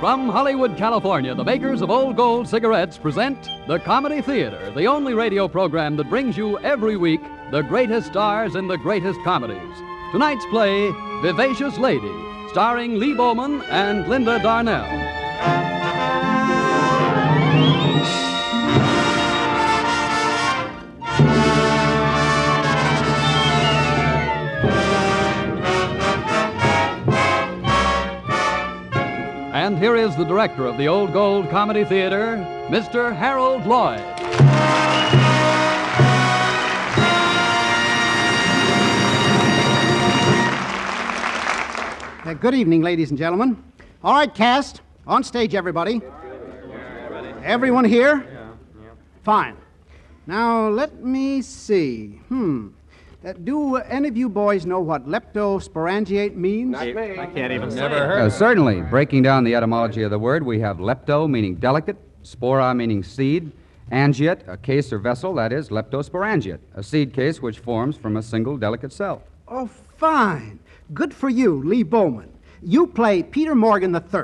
From Hollywood, California, the makers of Old Gold cigarettes present The Comedy Theater, the only radio program that brings you every week the greatest stars in the greatest comedies. Tonight's play, Vivacious Lady, starring Lee Bowman and Linda Darnell. And here is the director of the Old Gold Comedy Theater, Mr. Harold Lloyd. Uh, good evening, ladies and gentlemen. All right, cast. On stage, everybody. Everyone here? Fine. Now, let me see. Hmm. Uh, do uh, any of you boys know what leptosporangiate means? I can't even say. Uh, certainly. Breaking down the etymology of the word, we have lepto, meaning delicate, spora, meaning seed, angiate, a case or vessel, that is, leptosporangiate, a seed case which forms from a single delicate cell. Oh, fine. Good for you, Lee Bowman. You play Peter Morgan III.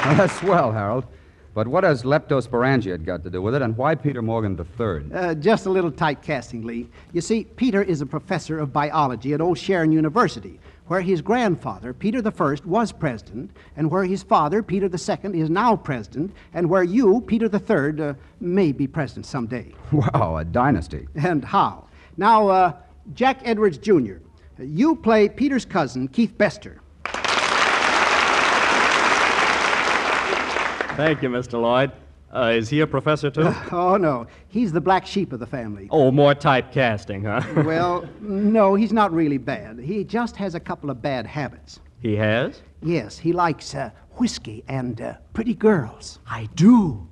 Now, that's swell, Harold. But what has leptosporangiate got to do with it, and why Peter Morgan III? Uh, just a little typecasting, Lee. You see, Peter is a professor of biology at Old Sharon University, where his grandfather, Peter I, was president, and where his father, Peter II, is now president, and where you, Peter III, uh, may be president someday. Wow, a dynasty. And how? Now, uh, Jack Edwards Jr., you play Peter's cousin, Keith Bester. Thank you, Mr. Lloyd. Uh, is he a professor, too? Oh, no, he's the black sheep of the family. oh, more typecasting, huh? Well, no, he's not really bad. He just has a couple of bad habits. he has? Yes, he likes uh, whiskey and uh, pretty girls. I do.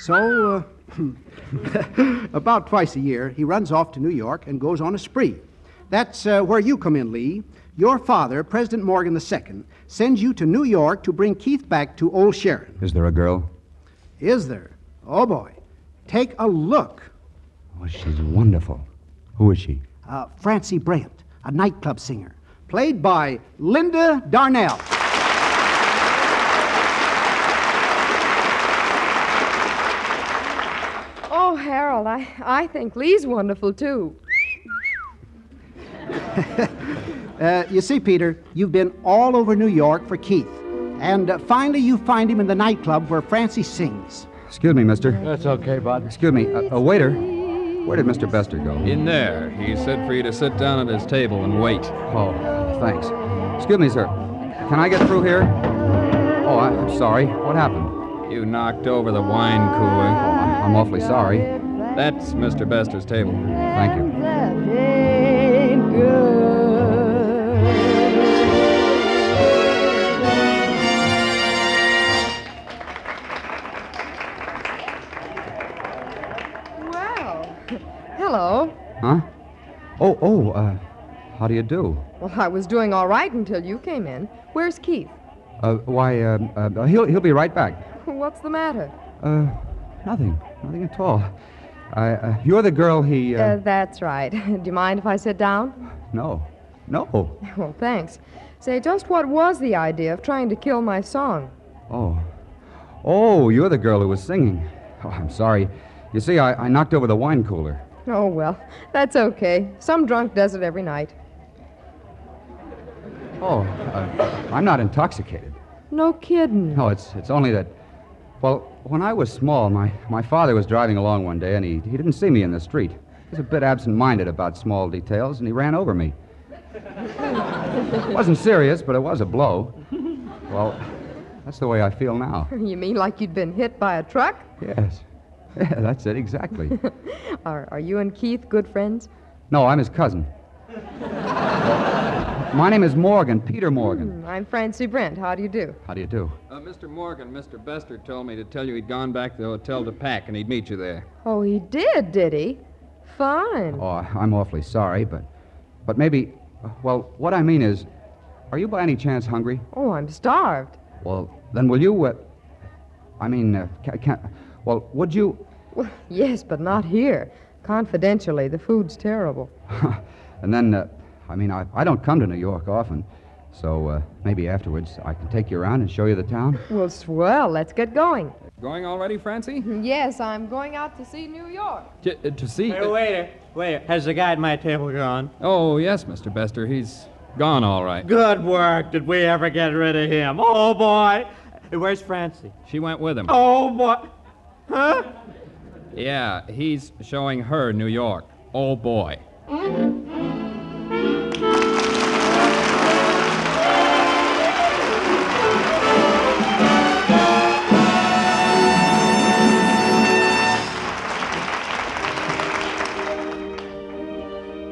So, uh, about twice a year, he runs off to New York and goes on a spree. That's uh, where you come in, Lee. Your father, President Morgan II, sends you to New York to bring Keith back to Old Sharon. Is there a girl? Is there? Oh boy. Take a look. Oh, she's wonderful. Who is she? Uh, Francie Brant, a nightclub singer, played by Linda Darnell. Oh, Harold, I, I think Lee's wonderful, too. Uh, you see, Peter, you've been all over New York for Keith. And uh, finally, you find him in the nightclub where Francie sings. Excuse me, mister. That's okay, bud. Excuse me, a, a waiter. Where did Mr. Bester go? In there. He said for you to sit down at his table and wait. Oh, thanks. Excuse me, sir. Can I get through here? Oh, I- I'm sorry. What happened? You knocked over the wine cooler. I- I'm awfully sorry. That's Mr. Bester's table. Thank you. Well, hello. Huh? Oh, oh, uh, how do you do? Well, I was doing all right until you came in. Where's Keith? Uh, why, uh, uh, he'll, he'll be right back. What's the matter? Uh, nothing. Nothing at all. I, uh, you're the girl he, uh, Uh, that's right. Do you mind if I sit down? no. No. Well, thanks. Say, just what was the idea of trying to kill my song? Oh. Oh, you're the girl who was singing. Oh, I'm sorry. You see, I, I knocked over the wine cooler. Oh, well, that's okay. Some drunk does it every night. Oh, uh, I'm not intoxicated. No kidding. No, it's it's only that. Well, when I was small, my, my father was driving along one day, and he, he didn't see me in the street. He was a bit absent-minded about small details, and he ran over me. it wasn't serious, but it was a blow. Well, that's the way I feel now. You mean like you'd been hit by a truck? Yes. Yeah, that's it, exactly. Are, are you and Keith good friends? No, I'm his cousin. my name is Morgan, Peter Morgan. I'm Francie Brent. How do you do? How do you do? Uh, Mr. Morgan, Mr. Bester told me to tell you he'd gone back to the hotel to pack and he'd meet you there. Oh, he did, did he? Fine. Oh, I'm awfully sorry, but but maybe well, what I mean is, are you by any chance hungry? Oh, I'm starved. Well, then will you uh, I mean, uh, can, can well, would you Well, yes, but not here. Confidentially, the food's terrible. and then uh, I mean, I, I don't come to New York often. So uh, maybe afterwards I can take you around and show you the town. Well, swell, let's get going. Going already, Francie? Yes, I'm going out to see New York. J- uh, to see. Hey, waiter, waiter, has the guy at my table gone? Oh, yes, Mr. Bester. He's gone all right. Good work. Did we ever get rid of him? Oh, boy. Where's Francie? She went with him. Oh, boy. Huh? Yeah, he's showing her New York. Oh, boy.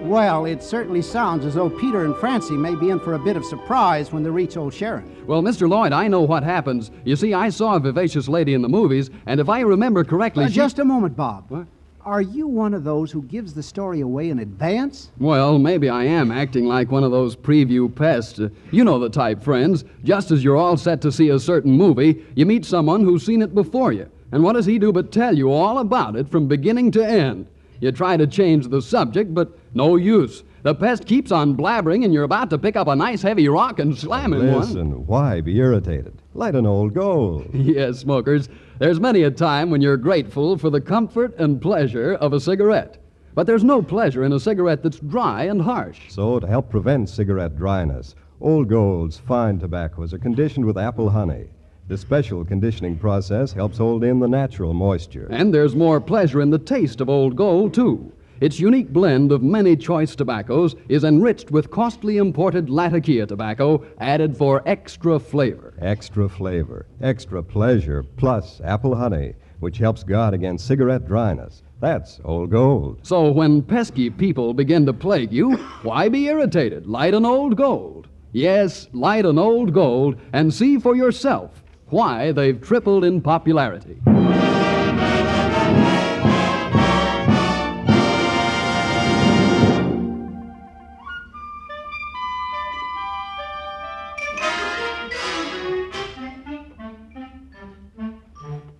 Well, it certainly sounds as though Peter and Francie may be in for a bit of surprise when they reach Old Sharon. Well, Mr. Lloyd, I know what happens. You see, I saw a vivacious lady in the movies, and if I remember correctly, Uh, she- just a moment, Bob. Are you one of those who gives the story away in advance? Well, maybe I am acting like one of those preview pests. Uh, you know the type, friends. Just as you're all set to see a certain movie, you meet someone who's seen it before you. And what does he do but tell you all about it from beginning to end? You try to change the subject, but no use. The pest keeps on blabbering, and you're about to pick up a nice heavy rock and slam it one. Listen, why be irritated? Light an old goal. Yes, smokers, there's many a time when you're grateful for the comfort and pleasure of a cigarette. But there's no pleasure in a cigarette that's dry and harsh. So, to help prevent cigarette dryness, Old Gold's fine tobaccos are conditioned with apple honey. This special conditioning process helps hold in the natural moisture. And there's more pleasure in the taste of Old Gold, too. Its unique blend of many choice tobaccos is enriched with costly imported Latakia tobacco added for extra flavor. Extra flavor, extra pleasure, plus apple honey, which helps guard against cigarette dryness. That's Old Gold. So when pesky people begin to plague you, why be irritated? Light an old gold. Yes, light an old gold and see for yourself why they've tripled in popularity.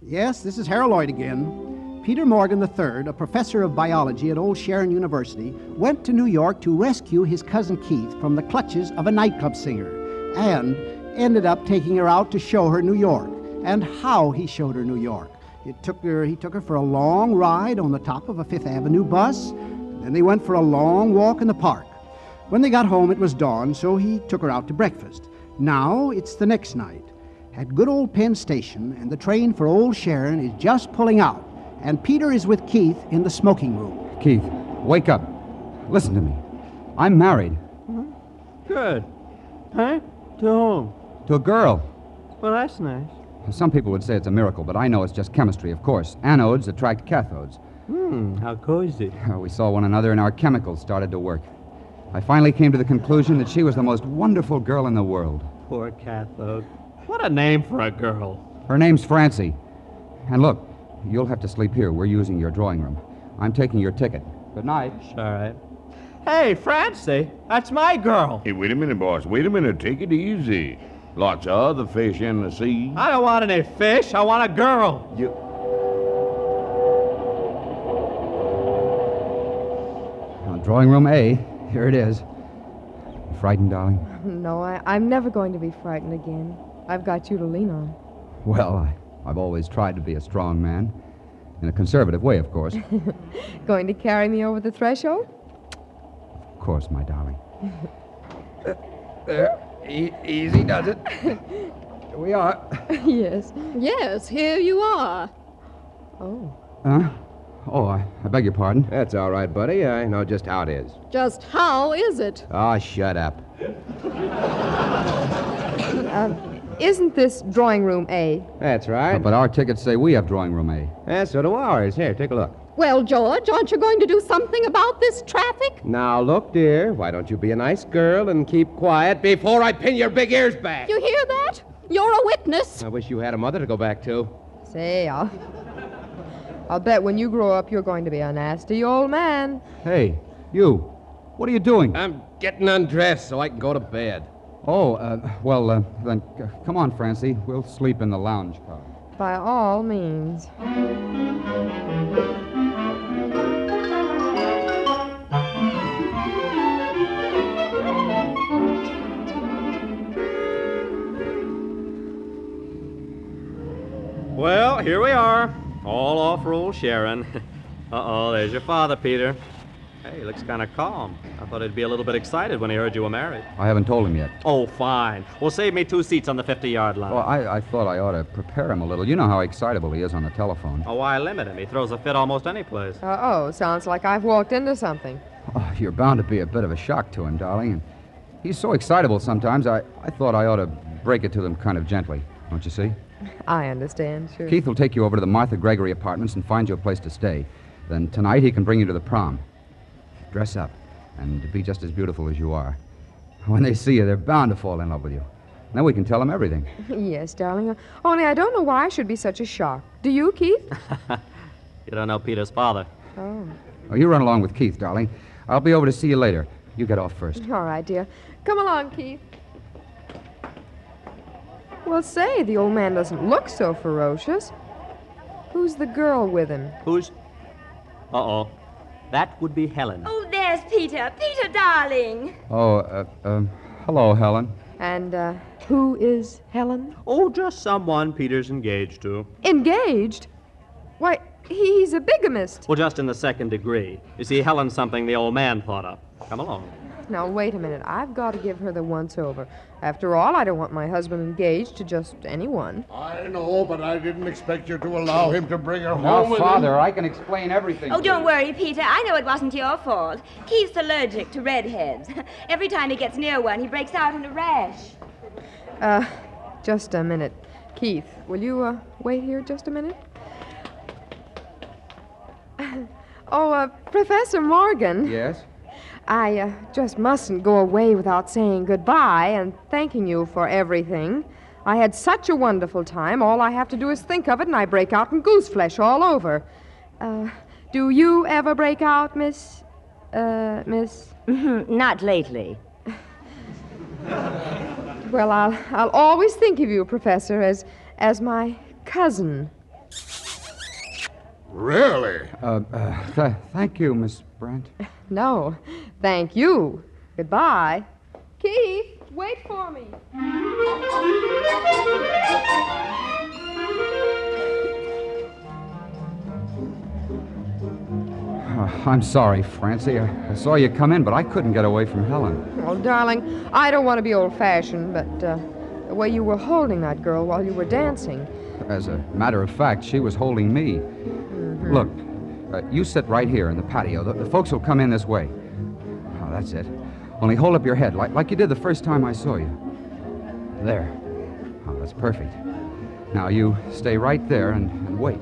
Yes, this is Harold Lloyd again. Peter Morgan III, a professor of biology at Old Sharon University, went to New York to rescue his cousin Keith from the clutches of a nightclub singer and ended up taking her out to show her New York and how he showed her New York. It took her, he took her for a long ride on the top of a Fifth Avenue bus, then they went for a long walk in the park. When they got home, it was dawn, so he took her out to breakfast. Now it's the next night. At good old Penn Station, and the train for Old Sharon is just pulling out, and Peter is with Keith in the smoking room. Keith, wake up. Listen to me. I'm married Good. Huh? To whom? to a girl. Well, that's nice. Some people would say it's a miracle, but I know it's just chemistry, of course. Anodes attract cathodes. Hmm, how cozy. We saw one another, and our chemicals started to work. I finally came to the conclusion that she was the most wonderful girl in the world. Poor cathode. What a name for a girl. Her name's Francie. And look, you'll have to sleep here. We're using your drawing room. I'm taking your ticket. Good night. All right. Hey, Francie, that's my girl. Hey, wait a minute, boss. Wait a minute. Take it easy. Lots of other fish in the sea. I don't want any fish. I want a girl. You- Now, drawing room A. Here it is. You frightened, darling? No, I, I'm never going to be frightened again. I've got you to lean on. Well, I, I've always tried to be a strong man. In a conservative way, of course. of Going to carry me over the threshold? course, my darling. yes. Yes, here you are. Oh. Huh? Oh, I, I beg your pardon. That's all right, buddy. I know just how it is. Just how is it? Ah, Oh, shut up. Um, Isn't this drawing room A? That's right. But our tickets say we have drawing room A. Yeah, so do ours. Here, take a look. Well, George, aren't you going to do something about this traffic? Now, look, dear. Why don't you be a nice girl and keep quiet before I pin your big ears back? You hear that? You're a witness. I wish you had a mother to go back to. Say, I'll, I'll bet when you grow up, you're going to be a nasty old man. Hey, you. What are you doing? I'm getting undressed so I can go to bed. oh, uh, well, uh, then c- come on, Francie. We'll sleep in the lounge car. By all means. Well, here we are. All off roll Sharon. Uh oh, there's your father, Peter. Hey, he looks kind of calm. I thought he'd be a little bit excited when he heard you were married. I haven't told him yet. Oh, fine. Well, save me two seats on the 50 yard line. Well, I, I thought I ought to prepare him a little. You know how excitable he is on the telephone. Oh, why limit him? He throws a fit almost any place. Uh oh, sounds like I've walked into something. Oh, you're bound to be a bit of a shock to him, darling. And he's so excitable sometimes, I, I thought I ought to break it to them kind of gently. Don't you see? I understand, sure. Keith will take you over to the Martha Gregory apartments and find you a place to stay. Then tonight he can bring you to the prom. Dress up and be just as beautiful as you are. When they see you, they're bound to fall in love with you. Then we can tell them everything. yes, darling. Only I don't know why I should be such a shock. Do you, Keith? You don't know Peter's father. oh. Oh, you run along with Keith, darling. I'll be over to see you later. You get off first. All right, dear. Come along, Keith. Well, say, the old man doesn't look so ferocious. Who's the girl with him? Who's. Uh oh. That would be Helen. Oh, there's Peter. Peter, darling. Oh, uh, um, hello, Helen. And uh, who is Helen? Oh, just someone Peter's engaged to. Engaged? Why, he's a bigamist. Well, just in the second degree. You see, Helen's something the old man thought up. Come along. Now, wait a minute. I've got to give her the once over. After all, I don't want my husband engaged to just anyone. I know, but I didn't expect you to allow him to bring her Now, home. with Father, him. I can explain everything. Oh, to don't you. worry, Peter. I know it wasn't your fault. Keith's allergic to redheads. Every time he gets near one, he breaks out in a rash. Uh, just a minute. Keith, will you uh, wait here just a minute? oh, uh, Professor Morgan. Yes? I uh, just mustn't go away without saying goodbye and thanking you for everything. I had such a wonderful time. All I have to do is think of it, and I break out in goose flesh all over. Uh, do you ever break out, Miss. Uh, Miss. Not lately. Well, I'll, I'll always think of you, Professor, as, as my cousin. Really? Uh, uh, th- thank you, Miss Brent. No, thank you. Goodbye. Keith, wait for me. Uh, I'm sorry, Francie. I, I saw you come in, but I couldn't get away from Helen. Well, Oh, darling, I don't want to be old fashioned, but uh, the way you were holding that girl while you were dancing. As a matter of fact, she was holding me. Look, uh, you sit right here in the patio. The, the folks will come in this way. Oh, that's it. Only hold up your head like, like you did the first time I saw you. There. Oh, that's perfect. Now you stay right there and, and wait.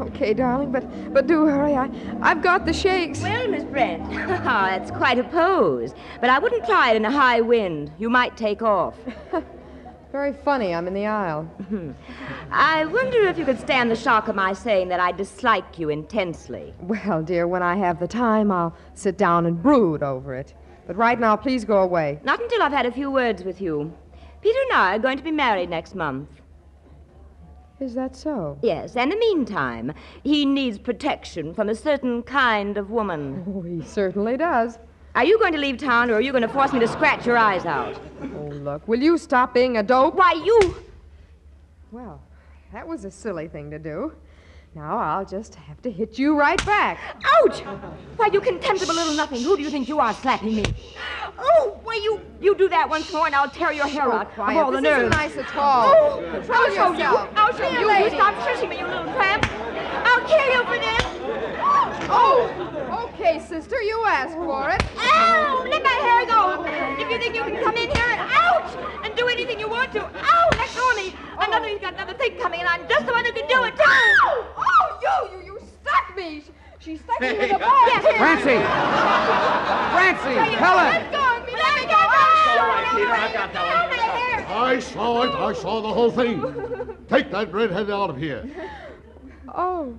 Okay, darling, but but do hurry. I, I've got the shakes. Well, Miss Brent, that's quite a pose. But I wouldn't try it in a high wind. You might take off. Very funny, I'm in the aisle. I wonder if you could stand the shock of my saying that I dislike you intensely. Well, dear, when I have the time, I'll sit down and brood over it. But right now, please go away. Not until I've had a few words with you. Peter and I are going to be married next month. Is that so? Yes, and in the meantime, he needs protection from a certain kind of woman. Oh, he certainly does. Are you going to leave town, or are you going to force me to scratch your eyes out? Oh, look, will you stop being a dope? Why, you. Well, that was a silly thing to do. Now I'll just have to hit you right back. Ouch! Why, you contemptible little nothing. Who do you think you are slapping me? Oh, why, you. You do that once more, and I'll tear your hair Oh, out. quiet. Of all the This nerves. isn't nice at all. Oh, Control I'll show yourself. you. I'll show Be a you. You lady. stop shushing me, you little tramp. I'll kill you for this. Oh, okay, sister, you asked for it. Ow! Let my hair go. If you think you can come in here and ouch and do anything you want to, ow! Let go of me. Another, he's got another thing coming, and I'm just the one who can do it too. Oh, you, you, you stuck me. She stuck me with a ball. Yes. Francie! Let Francie! me go. Helen! Let go of me. Let me go. Ow! I saw it. I saw the whole thing. Take that redhead out of here. Oh,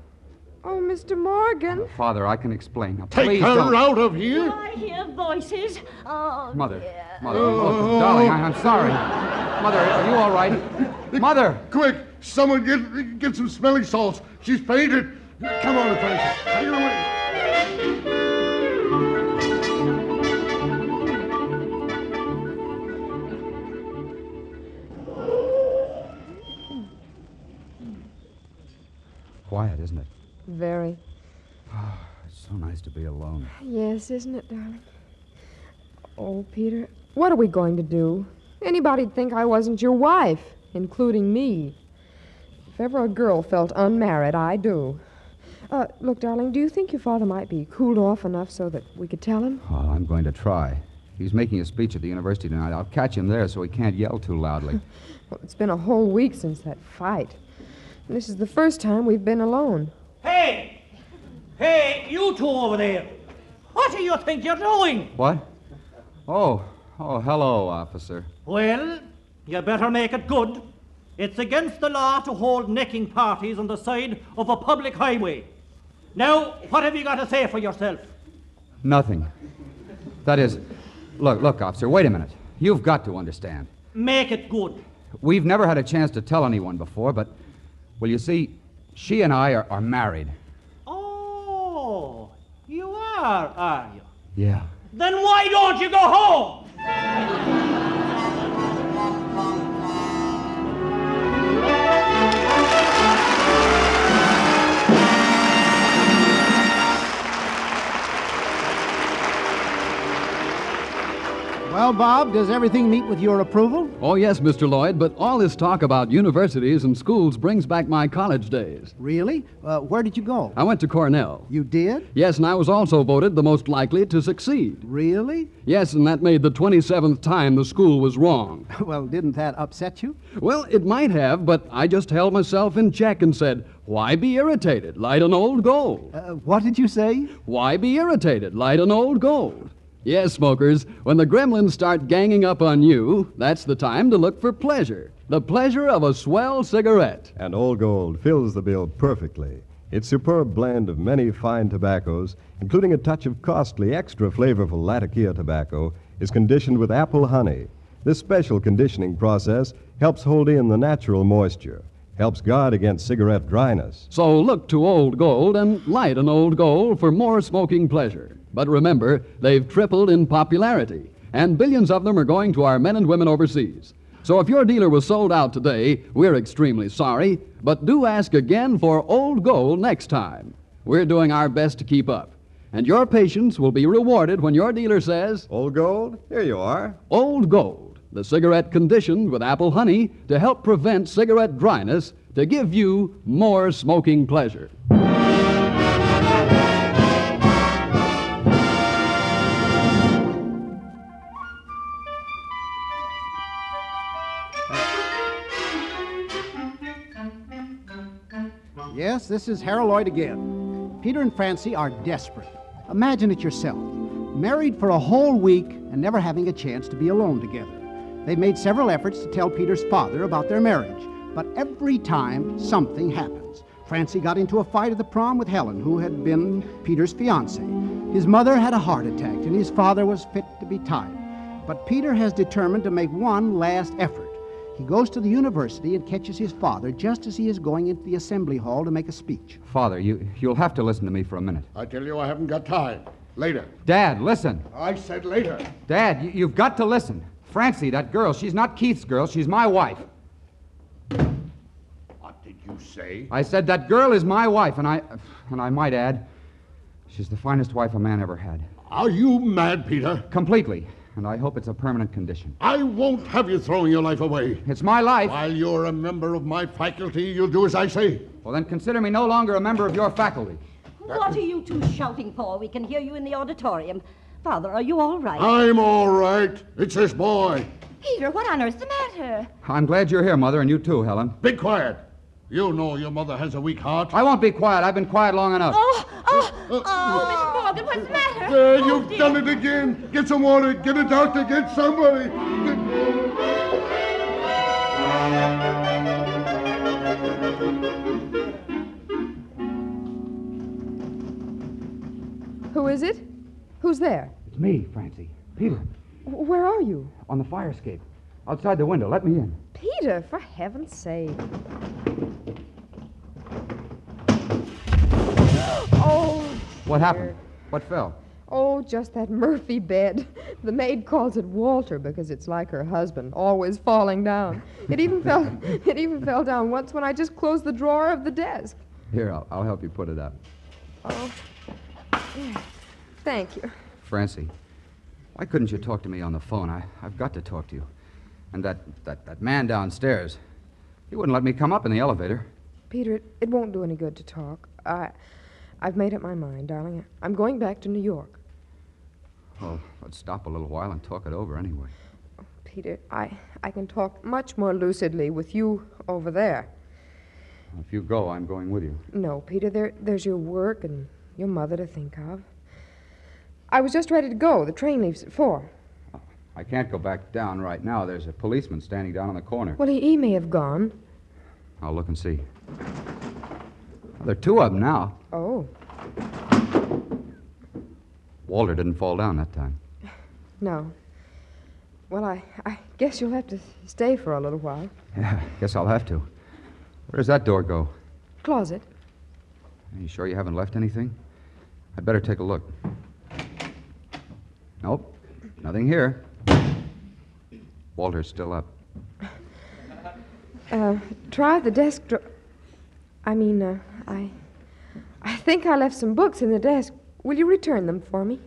oh, Mr. Morgan. Father, I can explain. Now, Take please her don't. out of here. I hear voices. Oh, Mother, mother, oh, darling, I, I'm sorry. Mother, are you all right? Mother! Quick, someone get get some smelling salts. She's fainted. Come on, Francis. Take her away. quiet, isn't it? Very. Ah, It's so nice to be alone. Yes, isn't it, darling? Oh, Peter, what are we going to do? Anybody'd think I wasn't your wife, including me. If ever a girl felt unmarried, I do. Uh, look, darling, do you think your father might be cooled off enough so that we could tell him? Well, Oh, I'm going to try. He's making a speech at the university tonight. I'll catch him there so he can't yell too loudly. Well, it's been a whole week since that fight. And this is the first time we've been alone. Hey! Hey, you two over there! What do you think you're doing? what? Oh, oh, hello, officer. Well, you better make it good. It's against the law to hold necking parties on the side of a public highway. Now, what have you got to say for yourself? Nothing. That is, look, look, officer, wait a minute. You've got to understand. Make it good. We've never had a chance to tell anyone before, but, well, you see, she and I are, are married. Oh, you are, are you? Yeah. Then why don't you go home? Well, Bob, does everything meet with your approval? Oh, yes, Mr. Lloyd, but all this talk about universities and schools brings back my college days. Really? Uh, where did you go? I went to Cornell. You did? Yes, and I was also voted the most likely to succeed. Really? Yes, and that made the 27th time the school was wrong. Well, didn't that upset you? Well, it might have, but I just held myself in check and said, Why be irritated? Light an old gold. Uh, what did you say? Why be irritated? Light an old gold. Yes, smokers, when the gremlins start ganging up on you, that's the time to look for pleasure. The pleasure of a swell cigarette. And Old Gold fills the bill perfectly. Its superb blend of many fine tobaccos, including a touch of costly, extra flavorful Latakia tobacco, is conditioned with apple honey. This special conditioning process helps hold in the natural moisture, helps guard against cigarette dryness. So look to Old Gold and light an Old Gold for more smoking pleasure. But remember, they've tripled in popularity, and billions of them are going to our men and women overseas. So if your dealer was sold out today, we're extremely sorry, but do ask again for Old Gold next time. We're doing our best to keep up. And your patience will be rewarded when your dealer says, Old Gold? Here you are. Old Gold, the cigarette conditioned with apple honey to help prevent cigarette dryness to give you more smoking pleasure. Yes, this is Harold Lloyd again. Peter and Francie are desperate. Imagine it yourself. Married for a whole week and never having a chance to be alone together. They made several efforts to tell Peter's father about their marriage, but every time something happens. Francie got into a fight at the prom with Helen, who had been Peter's fiancee. His mother had a heart attack, and his father was fit to be tied. But Peter has determined to make one last effort. He goes to the university and catches his father just as he is going into the assembly hall to make a speech. Father, you, you'll have to listen to me for a minute. I tell you, I haven't got time. Later. Dad, listen. I said later. Dad, you, you've got to listen. Francie, that girl, she's not Keith's girl, she's my wife. What did you say? I said that girl is my wife, and I, and I might add, she's the finest wife a man ever had. Are you mad, Peter? Completely, and I hope it's a permanent condition. I won't have you throwing your life away. It's my life. While you're a member of my faculty, you'll do as I say. Well, then consider me no longer a member of your faculty. What are you two shouting for? We can hear you in the auditorium. Father, are you all right? I'm all right. It's this boy. Peter, what on earth's the matter? I'm glad you're here, Mother, and you too, Helen. Be quiet. You know your mother has a weak heart. I won't be quiet. I've been quiet long enough. Oh, oh, oh, Miss Morgan, what's the matter? There, Oh, you've dear. done it again. Get some water. Get a doctor. Get somebody. Who is it? Who's there? It's me, Francie. Peter, W- Where are you? on the fire escape. Outside the window. Let me in. Peter, for heaven's sake. Oh, What happened? What fell? oh, just that Murphy bed. The maid calls it Walter because it's like her husband, always falling down. It even fell it even fell down once when I just closed the drawer of the desk. Here, I'll, I'll help you put it up. Oh. There. Thank you. Francie, why couldn't you talk to me on the phone? I, I've got to talk to you. And that, that, that man downstairs, he wouldn't let me come up in the elevator. Peter, it, it won't do any good to talk. I, I've made up my mind, darling. I'm going back to New York. Well, let's stop a little while and talk it over anyway. Peter, I, I can talk much more lucidly with you over there. If you go, I'm going with you. No, Peter, there, there's your work and your mother to think of. I was just ready to go. The train leaves at four. I can't go back down right now. There's a policeman standing down on the corner. Well, he, he may have gone. I'll look and see. Well, there are two of them now. Oh, Walter didn't fall down that time. no. Well, I, I guess you'll have to stay for a little while. Yeah, guess I'll have to. Where does that door go? Closet. Are you sure you haven't left anything? I'd better take a look. Nope, nothing here. Walter's still up. Uh, try the desk drawer. I mean, uh, I, I think I left some books in the desk. Will you return them for me?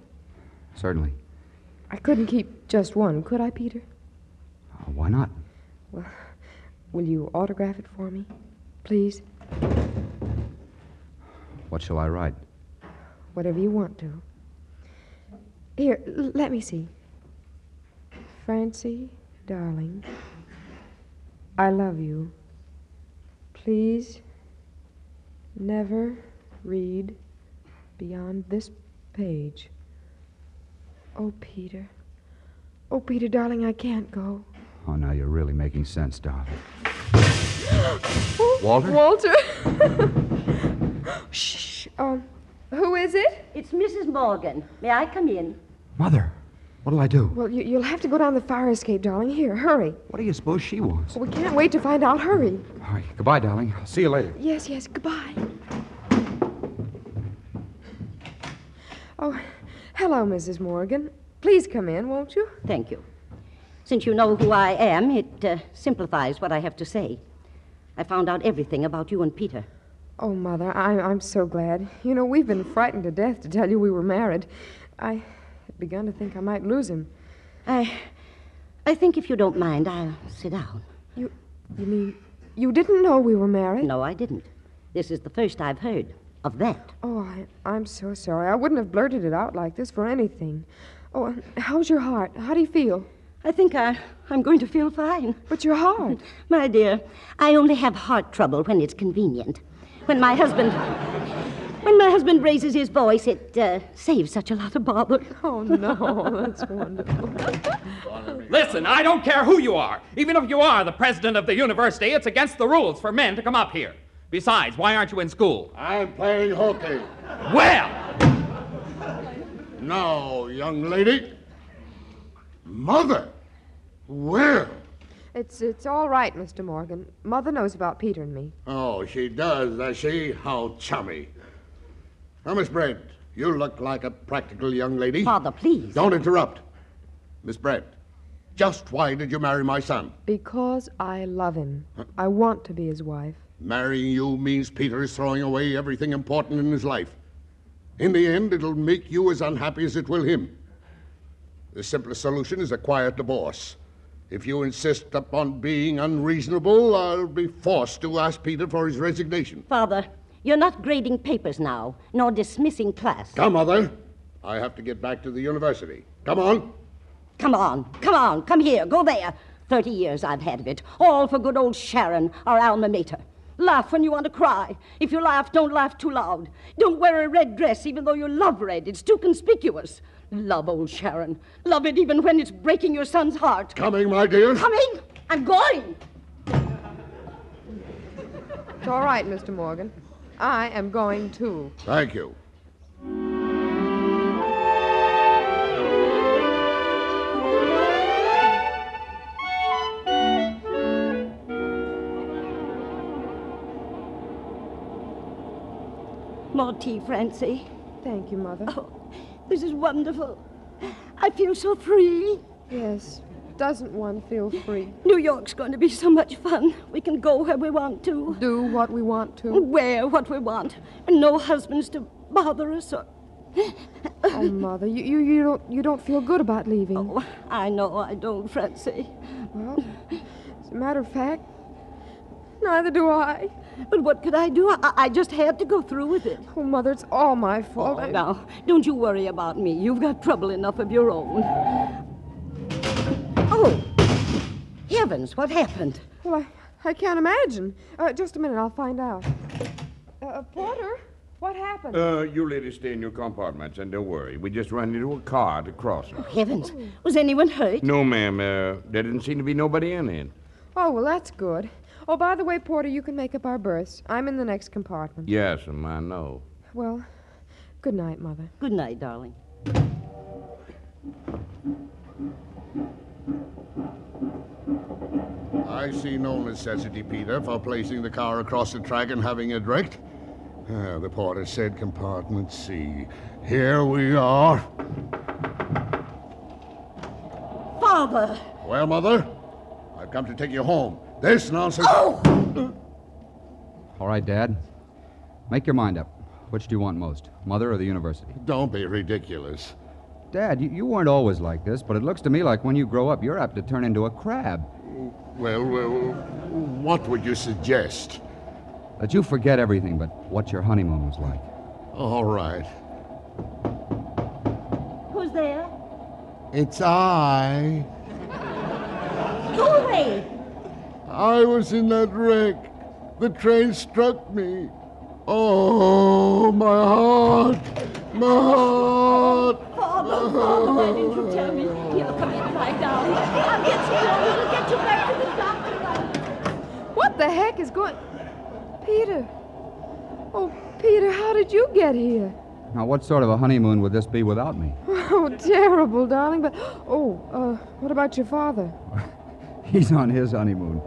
Certainly. I couldn't keep just one, could I, Peter? Uh, why not? Well, will you autograph it for me, please? What shall I write? Whatever you want to. Here, l- let me see. Francie, darling, I love you. Please never read beyond this page. Oh, Peter. Oh, Peter, darling, I can't go. Oh, now you're really making sense, darling. Walter? Walter? Shh. Um, who is it? It's Mrs. Morgan. May I come in? Mother, what'll I do? Well, you, you'll have to go down the fire escape, darling. Here, hurry. What do you suppose she wants? We can't wait to find out. Hurry. All right, goodbye, darling. I'll see you later. Yes, yes, goodbye. Oh, hello, Mrs. Morgan. Please come in, won't you? Thank you. Since you know who I am, it uh, simplifies what I have to say. I found out everything about you and Peter. Oh, Mother, I, I'm so glad. You know, we've been frightened to death to tell you we were married. I had begun to think I might lose him. I. I think if you don't mind, I'll sit down. You. You mean. You didn't know we were married? No, I didn't. This is the first I've heard of that. Oh, I, I'm so sorry. I wouldn't have blurted it out like this for anything. Oh, and how's your heart? How do you feel? I think I, I'm going to feel fine. But your heart. My dear, I only have heart trouble when it's convenient. When my husband. When my husband raises his voice, it uh, saves such a lot of bother. Oh, no, that's wonderful. Listen, I don't care who you are. Even if you are the president of the university, it's against the rules for men to come up here. Besides, why aren't you in school? I'm playing hooky. Well! Now, young lady. Mother? Well. It's, it's all right, Mr. Morgan. Mother knows about Peter and me. Oh, she does, does she? How chummy. Now, Miss Brent, you look like a practical young lady. Father, please. Don't interrupt. Miss Brent, just why did you marry my son? Because I love him. I want to be his wife. Marrying you means Peter is throwing away everything important in his life. In the end, it'll make you as unhappy as it will him. The simplest solution is a quiet divorce. If you insist upon being unreasonable, I'll be forced to ask Peter for his resignation. Father, you're not grading papers now, nor dismissing class. Come, Mother. I have to get back to the university. Come on. Come on, come on, come here, go there. Thirty years I've had of it, all for good old Sharon, our alma mater. Laugh when you want to cry. If you laugh, don't laugh too loud. Don't wear a red dress, even though you love red. It's too conspicuous. Love old Sharon. Love it even when it's breaking your son's heart. Coming, my dear. Coming? I'm going. It's all right, Mr. Morgan. I am going too. Thank you. More tea, Francie. Oh, Thank you, Mother. This is wonderful. I feel so free. Yes, Doesn't one feel free? New York's going to be so much fun. We can go where we want to. Do what we want to. Wear what we want. And no husbands to bother us or. Oh, Mother, you, you, you, don't, you don't feel good about leaving. Oh, I know I don't, Francie. Well, as a matter of fact, neither do I. But what could I do? I, I just had to go through with it. Oh, Mother, it's all my fault. Oh, I- now, don't you worry about me. You've got trouble enough of your own. Oh, heavens, what happened? Well, I, I can't imagine. Uh, just a minute, I'll find out. Uh, Porter, what happened? Uh, you ladies stay in your compartments and don't worry. We just ran into a car at the crossing. Heavens, was anyone hurt? No, ma'am. Uh, there didn't seem to be nobody in it. Oh, well, that's good. Oh, by the way, Porter, you can make up our berths. I'm in the next compartment. Yes, ma'am, I know. Well, good night, Mother. Good night, darling. I see no necessity, Peter, for placing the car across the track and having it wrecked. Ah, the porter said compartment C. Here we are. Father! Well, Mother, I've come to take you home. This nonsense. All right, Dad. Make your mind up. Which do you want most, Mother or the university? Don't be ridiculous. Dad, you, you weren't always like this, but it looks to me like when you grow up, you're apt to turn into a crab. Well, well, what would you suggest? That you forget everything but what your honeymoon was like. All right. Who's there? It's I. Go away! I was in that wreck. The train struck me. Oh, my heart. My heart. Father, Father, why didn't you tell me? Here, come in, lie down. I'll get you down. We'll get you back to the doctor. What the heck is going. Peter. Oh, Peter, how did you get here? Now, what sort of a honeymoon would this be without me? Oh, terrible, darling. But, oh, uh, what about your father? He's on his honeymoon.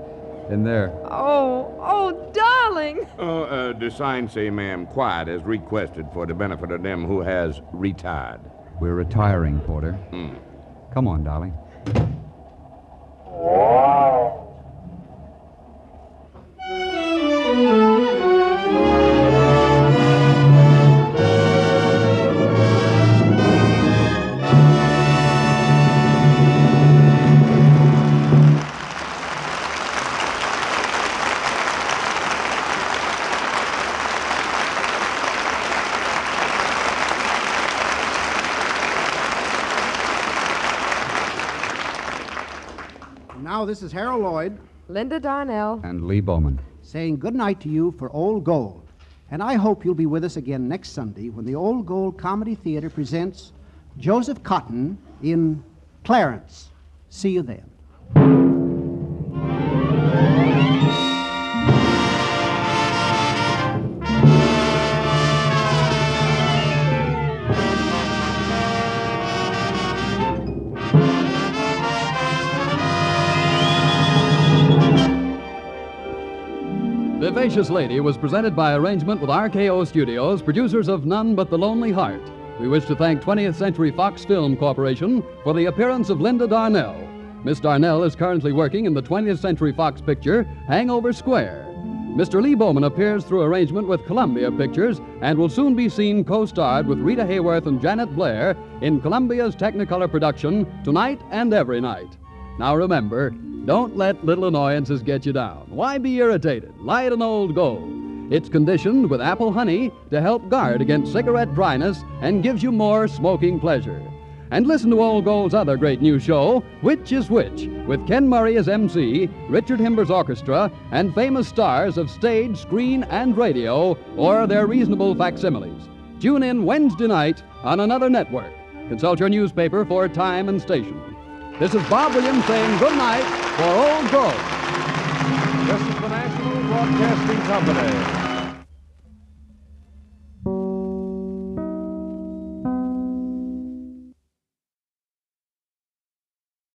In there. Oh, oh, darling. Oh, uh, the sign say, ma'am, quiet as requested for the benefit of them who has retired. Hmm. We're retiring, Porter. Come on, darling. Now, this is Harold Lloyd. Linda Darnell. And Lee Bowman. Saying good night to you for Old Gold. And I hope you'll be with us again next Sunday when the Old Gold Comedy Theater presents Joseph Cotton in Clarence. See you then. Vivacious Lady was presented by arrangement with RKO Studios, producers of None But the Lonely Heart. We wish to thank 20th Century Fox Film Corporation for the appearance of Linda Darnell. Miss Darnell is currently working in the 20th Century Fox picture Hangover Square. Mr. Lee Bowman appears through arrangement with Columbia Pictures and will soon be seen co starred with Rita Hayworth and Janet Blair in Columbia's Technicolor production Tonight and Every Night. Now remember, don't let little annoyances get you down. Why be irritated? Light an old gold. It's conditioned with apple honey to help guard against cigarette dryness and gives you more smoking pleasure. And listen to Old Gold's other great new show, Which is Which, with Ken Murray as MC, Richard Himber's orchestra, and famous stars of stage, screen, and radio, or their reasonable facsimiles. Tune in Wednesday night on another network. Consult your newspaper for time and station. This is Bob Williams saying good night for Old Grove. This is the National Broadcasting Company.